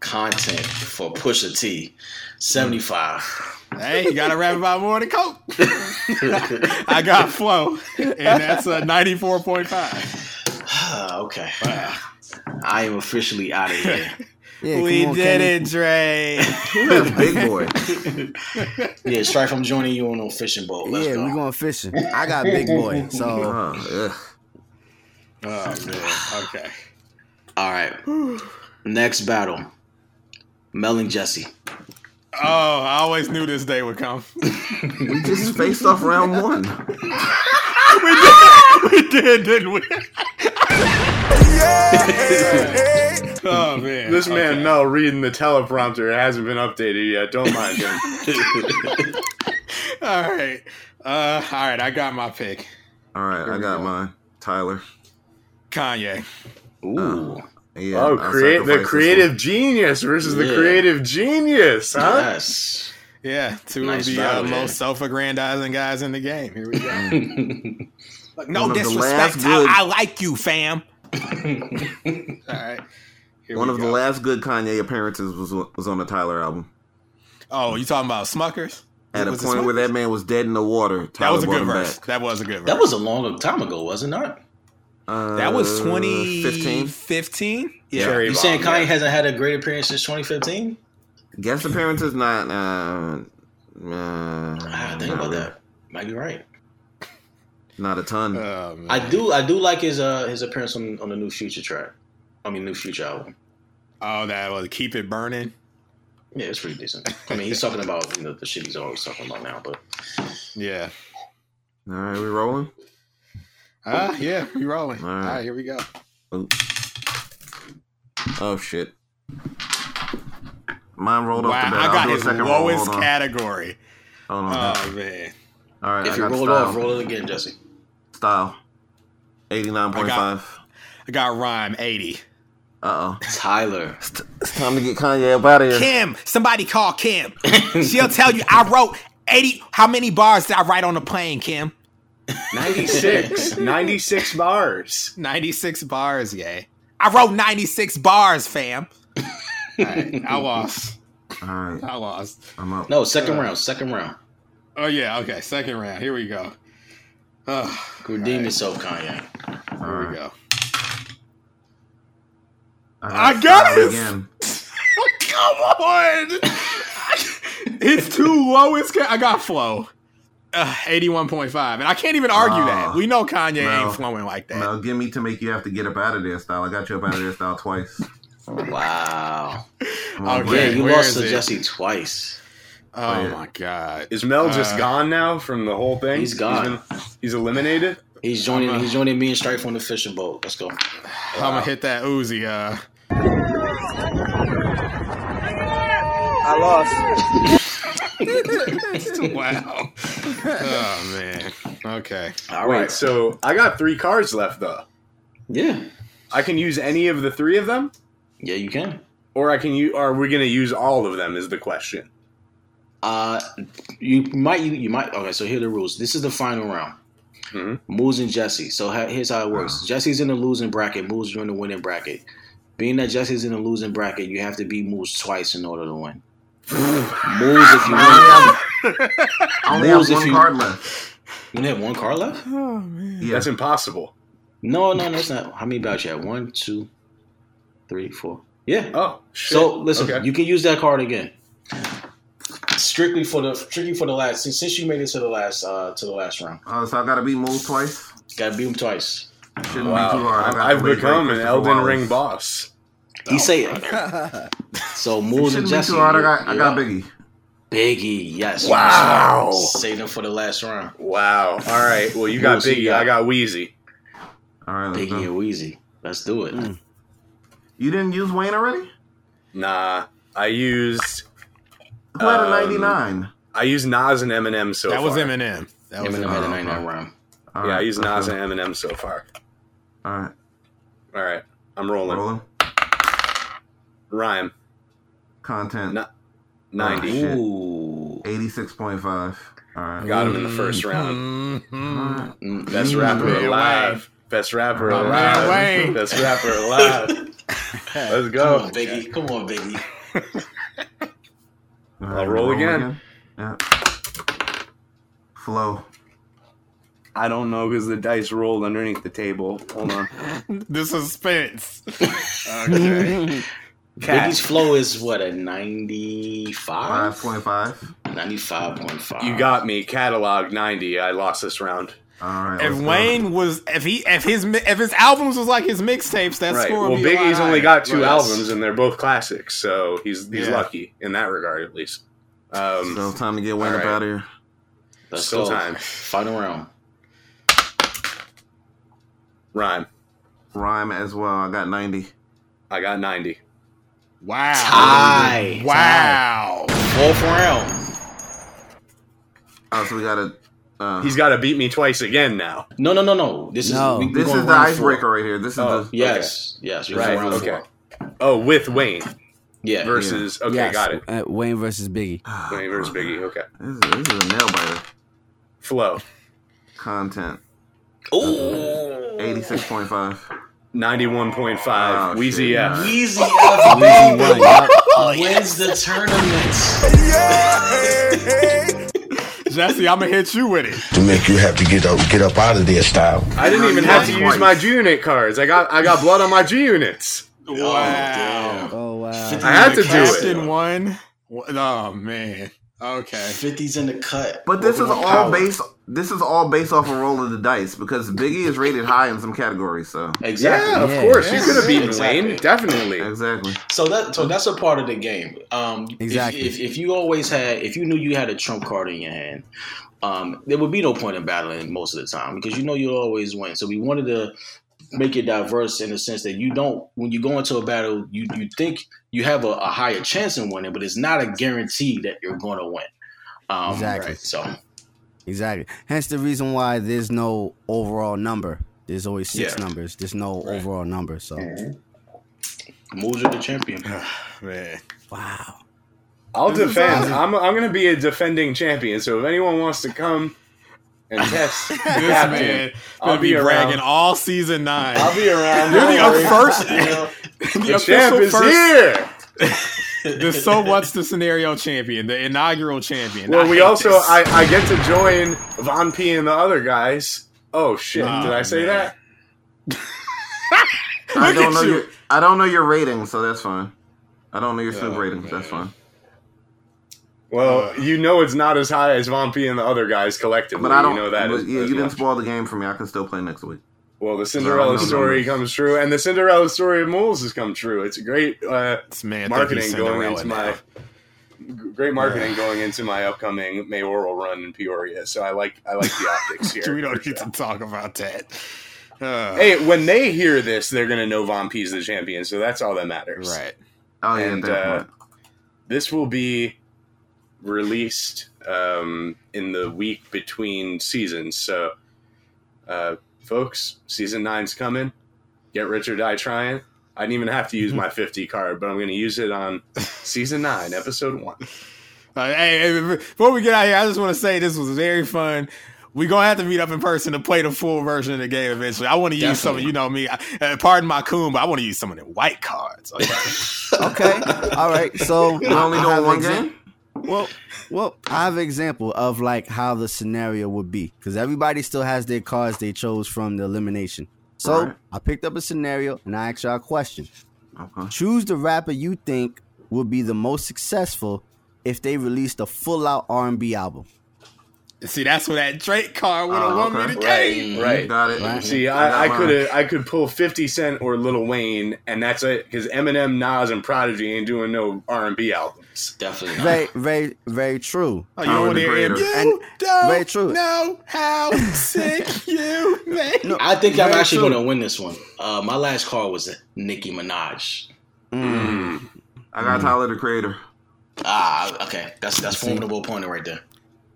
Content for Pusha T, 75. Hey, you gotta rap about more than coke. I got flow, and that's a 94.5. Uh, okay. I am officially out of here. Yeah, come on, Kenny. Dre. Who is Big Boy? yeah, Strife, I'm joining you on a fishing boat. Let's Yeah, go. we going fishing. I got big boy, so Uh, ugh. Oh man. Okay. All right. Next battle. Mel and Jesse. Oh, I always knew this day would come. we just faced off round one. we did, didn't we? Oh man, This man Okay. Mel reading the teleprompter it hasn't been updated yet. Don't mind him. All right, uh, all right. I got my pick, All right, I got mine. Tyler. Kanye. Ooh. Yeah, oh, I'll create sacrifice the this creative genius versus Yeah. the creative genius, huh? Yes. Yeah, two Nice of the battle, uh, man. most self-aggrandizing guys in the game. Here we go. Look, no One of the disrespect. last I, good- I like you, fam. all right. Here one. One we of go. the last good Kanye appearances was was on the Tyler album. Oh, you talking about Smuckers? At a Was it point where Smuckers? that man was dead in the water, that Tyler was a brought good him verse. back. That was a good verse. That was a long time ago, wasn't it? Uh, that was 2015. 15. 15? Yeah. Cherry you bomb, saying Kanye yeah. hasn't had a great appearance since 2015? Guest appearances, not. Uh, uh, I have to Ah, think not about really. that. Might be right. Not a Mm. ton. Oh, man. I do. I do like his uh his appearance on on the new Future track. I mean, new Future album. oh, that was Keep It Burning. Yeah, it's pretty decent. I mean, he's talking about you know the shit he's always talking about now, but Yeah. All right, we rolling. Ah, yeah, we rolling. All right. All right, here we go. Oh shit. Mine rolled off Wow, the bed. I I'll got do a his second roll. lowest Hold on. category. Hold on. Uh, Oh man, All right, if I you got roll it style. off, roll it again, Jesse. style. Eighty nine point five. I got rhyme eighty. Uh oh. Tyler. It's time to get Kanye up out of here. Kim, somebody call Kim. She'll tell you I wrote 80. How many bars did I write on the plane, Kim? 96. 96 bars. Ninety six bars, yay! I wrote 96 bars, fam. All right, I lost. All right, I lost. I'm up. No, second round. Second round. Oh yeah, okay. Second round. Here we go. Oh, Redeem yourself, Kanye. All here we right. go. I got style it! Again. Come on! it's too low. It's ca- I got flow. Uh, 81.5 and I can't even argue Ah. that. Nah. We know Kanye No. ain't flowing like that. Now give me to make you have to get up out of there, style. I got you up out of there, style twice. Wow. Come on, Okay. play Yeah, it. you where lost is to it? Jesse twice. Oh yeah. my god. Is Mel just Uh, gone now from the whole thing? he's gone. He's, been- he's eliminated? He's joining. he's joining me and Strife on the fishing boat. Let's go. I'm gonna hit that Uzi. Uh, I lost. wow. oh man. Okay. All Wait, right. so I got three cards left though. Yeah. I can use any of the three of them, Yeah, you can. or I can use. Are we going to use all of them? Is the question. Uh, you might. You, you might. Okay. So here are the rules. This is the final round. Mhm. Moves and Jesse. So ha- here's how it works. Jesse's in the losing bracket. Moves are in the winning bracket. Being that Jesse's in the losing bracket, you have to beat Moves twice in order to win. Moves if you win. I only Rules have if one you- card left. You only have one card left. Yeah. That's impossible. No, no, no. It's not. How many bouts you have? One, two, three, four. Yeah. Oh, shit. So listen, Okay. you can use that card again. Strictly for the strictly for the last since, since you made it to the last uh to the last round. Uh, so I gotta be moved twice. Gotta beat him twice. Shouldn't wow. be too hard. I got Oh, I've the late, become great an Christopher Elden Wallace. Ring boss. He say so moves and Shouldn't be Jesse. too hard. I got, I got yeah. Biggie. Biggie, yes. Wow. Save him for the last round. Wow. All right. Well, you got Who's he Biggie. got? I got Wheezy. All right, let's Biggie go. and Wheezy. Let's do it. You didn't use Wayne already? Nah, I used Who had a Um, 99? I used Nas and Eminem so That far. was Eminem. That was Eminem Eminem. had a Oh, 99 round. All Yeah, I right, used let's Nas go. and Eminem so far. All right, All right, I'm rolling. rolling. Rhyme Content. No- ninety. Shit. Ooh. 86.5. All right. Got him in the Mm-hmm. first round. All Mhm. right. Mm, Best rapper Man, alive. Best rapper Man, alive. Uh, Wayne. Best rapper alive. Let's Come go. on, Biggie. Come on, Biggie. All I'll roll again. Yeah. Flow. I don't know because the dice rolled underneath the table. Hold on. The suspense. Okay. Biggie's flow is what a 95? 5.5. 95.5. Uh, You got me. Catalog ninety. I lost this round. All right. if let's go. Wayne was, if he, if his, mi- if his albums was like his mixtapes, that right. score would Well, be a lot Biggie's only higher. got two Right. albums, and they're both classics, so he's he's Yeah. lucky in that regard, at least. Um, So time to get Wayne All up right. out of here. Let's still go. time. Final round. Rhyme. Rhyme as well. I got 90. I got ninety. Wow. Tie. Wow. Fourth round. Oh, so we got a. Uh, He's got to beat me twice again now. No, no, no, no. This No. is we- we this going is the round icebreaker four. right here. This is Oh. the. Yes. Yes. we're Right, going round okay. four. Oh, with Wayne Yeah. Uh, versus. Okay, Yes, got it. uh, Wayne versus Biggie. Ah, Wayne versus Biggie. Okay. This is, this is a nail biter. Flow Content. Ooh. 86.5. ninety one point five. Oh, Wheezy shit, F. nah. Easy F Easy one. Yup. Oh, wins the tournament. Jesse, I'm gonna hit you with it. To make you have to get up, get up out of there style. I didn't even have to Twice. use my G unit cards. I got I got blood on my G units. Oh, Wow. Oh wow. I had to do it. Captain one. Oh man. Okay. Fifties in the cut. But this is Working on all power. based. This is all based off a roll of the dice because Biggie is rated high in some categories. So Exactly. Yeah, of Yeah. course. You could have Yeah, beaten exactly. Wayne. Definitely. exactly. So that so that's a part of the game. Um, if- Exactly. If, if, you always had, if you knew you had a trump card in your hand, um, there would be no point in battling most of the time because you know you'll always win. So we wanted to make it diverse in the sense that you don't when you go into a battle, you you think you have a, a higher chance in winning, but it's not a guarantee that you're going to win. Um, Exactly. right, so Exactly. Hence the reason why there's no overall number. There's always six Yeah. numbers. There's no overall number. So moves are the champion. Man. wow. I'll defend. I'm I'm gonna be a defending champion. So if anyone wants to come and test the This captain, man I'll gonna be be bragging around. all season nine. I'll be around. You're Don't worry. the first. The the champ official is first. here. The so what's the scenario champion? The inaugural champion. Well, I we hate also this. I, I get to join Von P and the other guys. Oh shit! Oh, Did I say man. that? I Look don't at know you. your I don't know your rating, so that's fine. I don't know your snoop Oh, rating, that's fine. Uh, Well, you know it's not as high as Von P and the other guys collectively. But I don't you know that. but, as- yeah, as you didn't much. spoil the game for me. I can still play next week. Well, the No, Cinderella no, no, story no. comes true, and the Cinderella story of Moles has come true. It's a great uh, This man think marketing he's going into Cinderella now. my great marketing going into my upcoming mayoral run in Peoria. So I like I like the optics here. we don't need to talk about that. Uh, hey, when they hear this, they're gonna know Von P's the champion. So that's all that matters. right. Oh yeah, And, definitely. uh, This will be released um, in the week between seasons. So, uh, folks, season nine's coming. Get rich or die trying. I didn't even have to use my 50 card, but I'm going to use it on season nine, episode one. Uh, hey, hey, before we get out here, I just want to say this was very fun. We're gonna have to meet up in person to play the full version of the game eventually. I want to use some of you know me. I, uh, pardon my coon, but I want to use some of the white cards. Oh, Like, Okay. All right. So We're only I doing have one exa- game? Well, well, I have an example of like how the scenario would be because everybody still has their cards they chose from the elimination. So Right. I picked up a scenario and I asked y'all a question. Okay. Choose the rapper you think would be the most successful if they released a full out R and B album. see, that's where that Drake card would have Oh, won okay. me the Right, game. right. Got it. Right. See, I, I got could mine. have, I could pull Fifty Cent or Lil Wayne, and that's it. Because Eminem, Nas, and Prodigy ain't doing no R and B albums. Definitely not. Very, very, very true. Oh, you don't want to hear him. Howard the You Creator. And- don't very true. know how sick you make. No, I think I'm very actually true. going to win this one. Uh, my last card was Nicki Minaj. Mm. Mm, I got Tyler the Creator. Ah, okay. That's that's formidable opponent right there.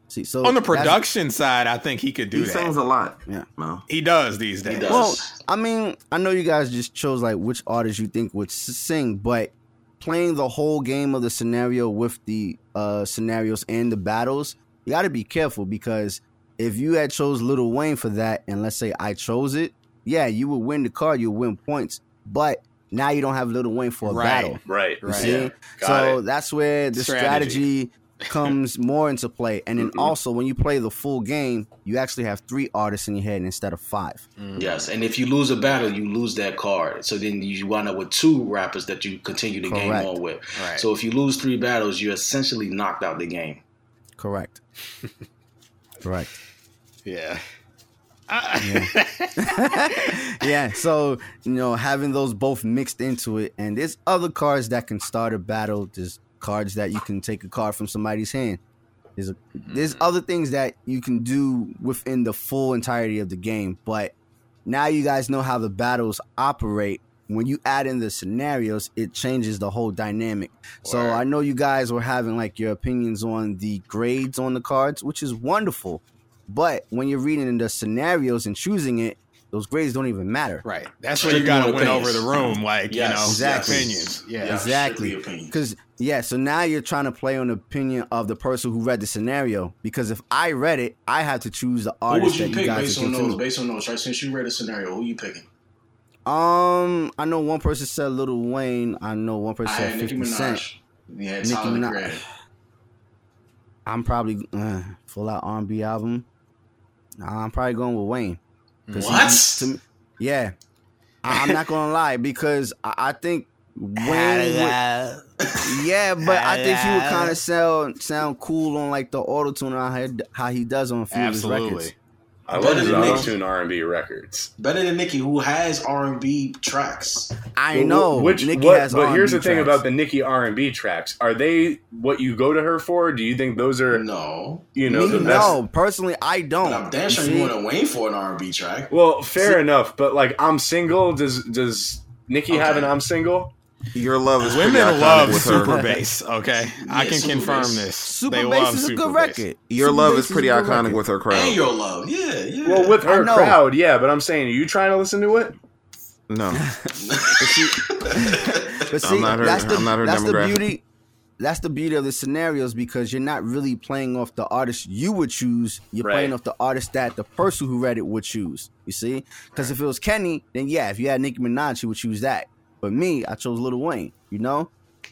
See, so On the that's- production side, I think he could do He that. sings a lot. Yeah. No. he does these days. He does. Well, I mean, I know you guys just chose like which artists you think would s- sing, but playing the whole game of the scenario with the uh, scenarios and the battles, you got to be careful because if you had chose Little Wayne for that, and let's say I chose it, yeah, you would win the card, you would win points, but now you don't have Little Wayne for a Right. battle. Right. You Right. see? Got so it. that's where the strategy, Strategy. comes more into play. And then also, when you play the full game, you actually have three artists in your head instead of five. Yes, and if you lose a battle, you lose that card. So then you wind up with two rappers that you continue the game Correct. on with. Right. So if you lose three battles, you're essentially knocked out the game. Correct. Correct. Yeah. Yeah. So, you know, having those both mixed into it, and there's other cards that can start a battle. There's cards that you can take a card from somebody's hand. There's a, there's Mm-hmm. other things that you can do within the full entirety of the game, but now you guys know how the battles operate. When you add in the scenarios, it changes the whole dynamic. So I know you guys were having like your opinions on the grades on the cards, which is wonderful. But when you're reading the scenarios and choosing it, those grades don't even matter. Right. That's where Strictly you gotta on win opinions. over the room, like you know, exactly. opinions. Yeah. Exactly. strictly opinion. Because yeah, so now you're trying to play on the opinion of the person who read the scenario. Because if I read it, I have to choose the Who would artist you that you pick guys based are on giving those? me. Based on those, right? Since you read a scenario, who you picking? Um, I know one person said Little Wayne. I know one I person had said Nicki Fifty Cent. Minaj. Yeah, Nicki Tyler the Minaj. Creator. I'm probably uh, full out R&B album. Nah, I'm probably going with Wayne. 'Cause he- What? to me- yeah, I, am not gonna lie because I, I think Wayne. would- Yeah, but I think he would kind of sound sound cool on like the auto tune how he, how he does on a few of his records. Absolutely. I love Better his than Nicki. autotune R and B records. Better than Nicki, who has R and B tracks. I know. Which, Nicki what- has but here's the R&B thing tracks. about the Nicki R and B tracks: Are they what you go to her for? Do you think those are No, you know Me, the best? no, personally, I don't. but I'm damn sure You you see? want to Wayne for an R and B track. Well, fair enough, but like I'm single. Does does Nicki have Okay. an I'm single? Your love is pretty Women iconic love with her. Super Bass. Okay, I Yeah, can Super confirm Bass. this. Super they Bass love is a Super good Bass. record. Your Super love Bass is pretty a good iconic record. with her crowd. And your love, yeah, yeah. Well, with her know. crowd, yeah. But I'm saying, are you trying to listen to it? no. But see, not her- that's the I'm not her that's the demographic. beauty. That's the beauty of the scenarios because you're not really playing off the artist you would choose. You're Right. playing off the artist that the person who read it would choose. You see? Because if it was Kenny, then yeah, if you had Nicki Minaj, you would choose that. But me, I chose Lil Wayne. You know,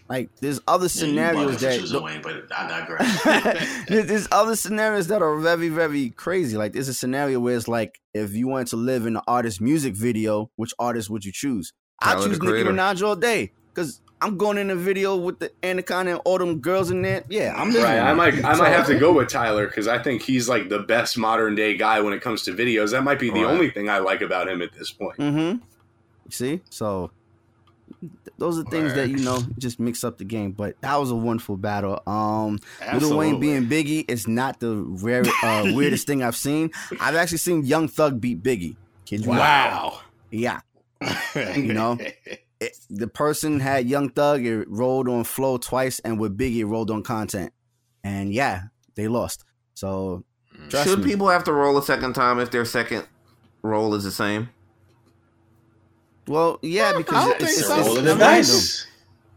like there's other scenarios yeah, you bugging for that choosing Wayne, but I digress. There- there's other scenarios that are very, very crazy. Like there's a scenario where it's like if you wanted to live in an artist's music video, which artist would you choose? I Tyler, the choose Nicki Creator. Minaj all day because I'm going in a video with the Anaconda and all them girls in there. Yeah, I'm living. Right. I it. might I might have to go with Tyler because I think he's like the best modern day guy when it comes to videos. That might be the Right. only thing I like about him at this point. Mm-hmm. See, mm-hmm. so those are things that you know just mix up the game. But that was a wonderful battle. Um, Little Wayne being Biggie is not the rare, uh, weirdest thing I've seen. I've actually seen Young Thug beat Biggie. Kid you not. Wow. Yeah, you know, it, the person had Young Thug. It rolled on flow twice, and with Biggie, it rolled on content. And yeah, they lost. So Mm. trust Should me. people have to roll a second time if their second roll is the same? Well, yeah, because don't it's, think it's, so. it's, Rolling it's the random. dice.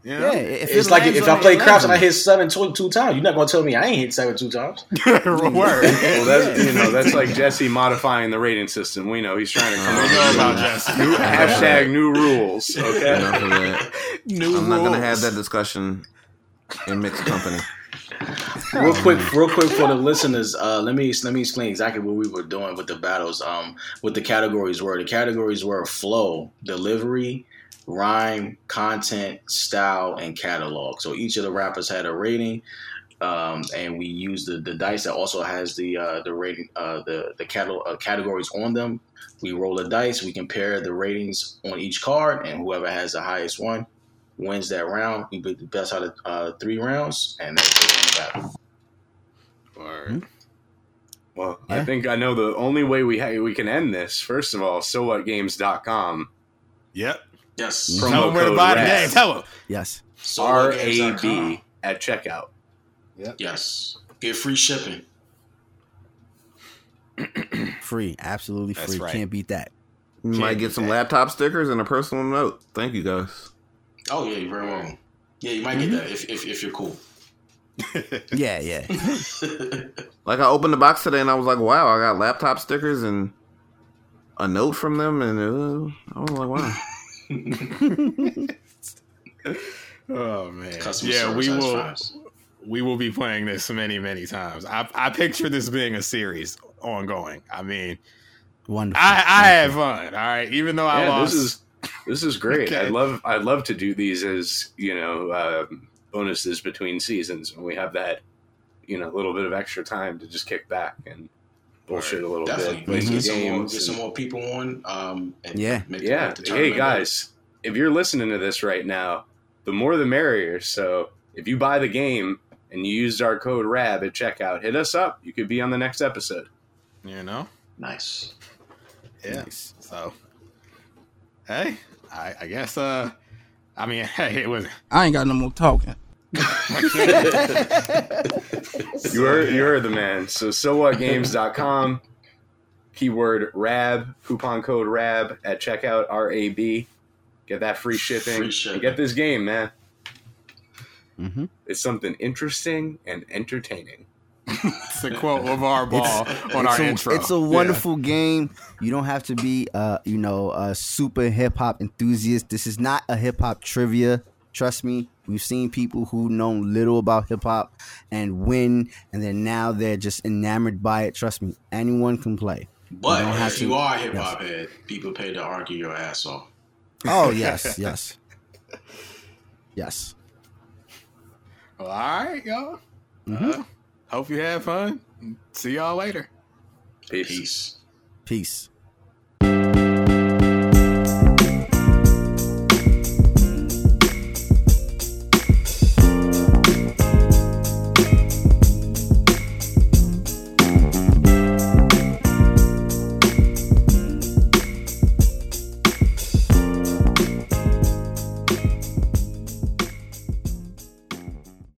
Yeah, if It's it like lands if on I it, play it craps lands and on I it. hit seven two, two times, you're not gonna tell me I ain't hit seven two times. Word. Well, that's you know that's like Jesse modifying the rating system. We know he's trying to come up know with about new- Jesse. new hashtag new rules. Okay, Enough of that. New I'm not gonna rules. have that discussion in mixed company. real quick, real quick for the listeners, uh, let me let me explain exactly what we were doing with the battles. Um, what the categories were. The categories were flow, delivery, rhyme, content, style, and catalog. So each of the rappers had a rating, um, and we used the, the dice that also has the uh, the rating uh, the the catal- uh, categories on them. We roll a dice. We compare the ratings on each card, and whoever has the highest one wins that round. We beat the best out of uh, three rounds, and that's the end of the battle. Well, I Yeah. think I know the only way we ha- we can end this. First of all, so what games.com Yep. Yes. promo Tell them where to code buy the RAB, game. Tell them. Yes. R A B at checkout. Yes. Get free shipping. Free, absolutely free. That's right. Can't beat that. You might get some laptop stickers and a personal note. Thank you guys. Oh yeah, you're very welcome. Yeah, you might get that if, if if you're cool. Yeah, yeah. Like I opened the box today and I was like, wow, I got laptop stickers and a note from them, and uh, I was like, wow. Oh man. Customer Yeah, service we will. satisfies. we will be playing this many, many times. I, I picture this being a series ongoing. I mean, Wonderful. I, I had fun. All right, even though I Yeah, lost. this is this is great. Okay. I'd love I'd love to do these as you know um bonuses between seasons, and we have that you know little bit of extra time to just kick back and bullshit a little Definitely. bit, play some Get, some more, games. get some more people on. Um, and Yeah. Make Yeah. make hey tournament. guys, if you're listening to this right now, the more the merrier. So if you buy the game and you used our code RAB at checkout, hit us up. You could be on the next episode. you know, Nice. yeah. So, hey, I, I guess. Uh, I mean, hey, it was. I ain't got no more talking. You heard, you heard the man. So so what games.com, keyword RAB, coupon code RAB at checkout R A B. Get that free shipping. Free shipping. And get this game, man. Mhm. It's something interesting and entertaining. It's a quote of our ball on our it's a, intro. It's a wonderful game. You don't have to be, uh, you know, a super hip hop enthusiast. This is not a hip hop trivia. Trust me, we've seen people who know little about hip hop and win, and then now they're just enamored by it. Trust me, anyone can play. But don't have if you to- are a hip hop head, people pay to argue your ass off. Oh yes, yes, yes. Well, all right, y'all. Mm-hmm. Uh, hope you had fun. See y'all later. Peace. Peace. Peace.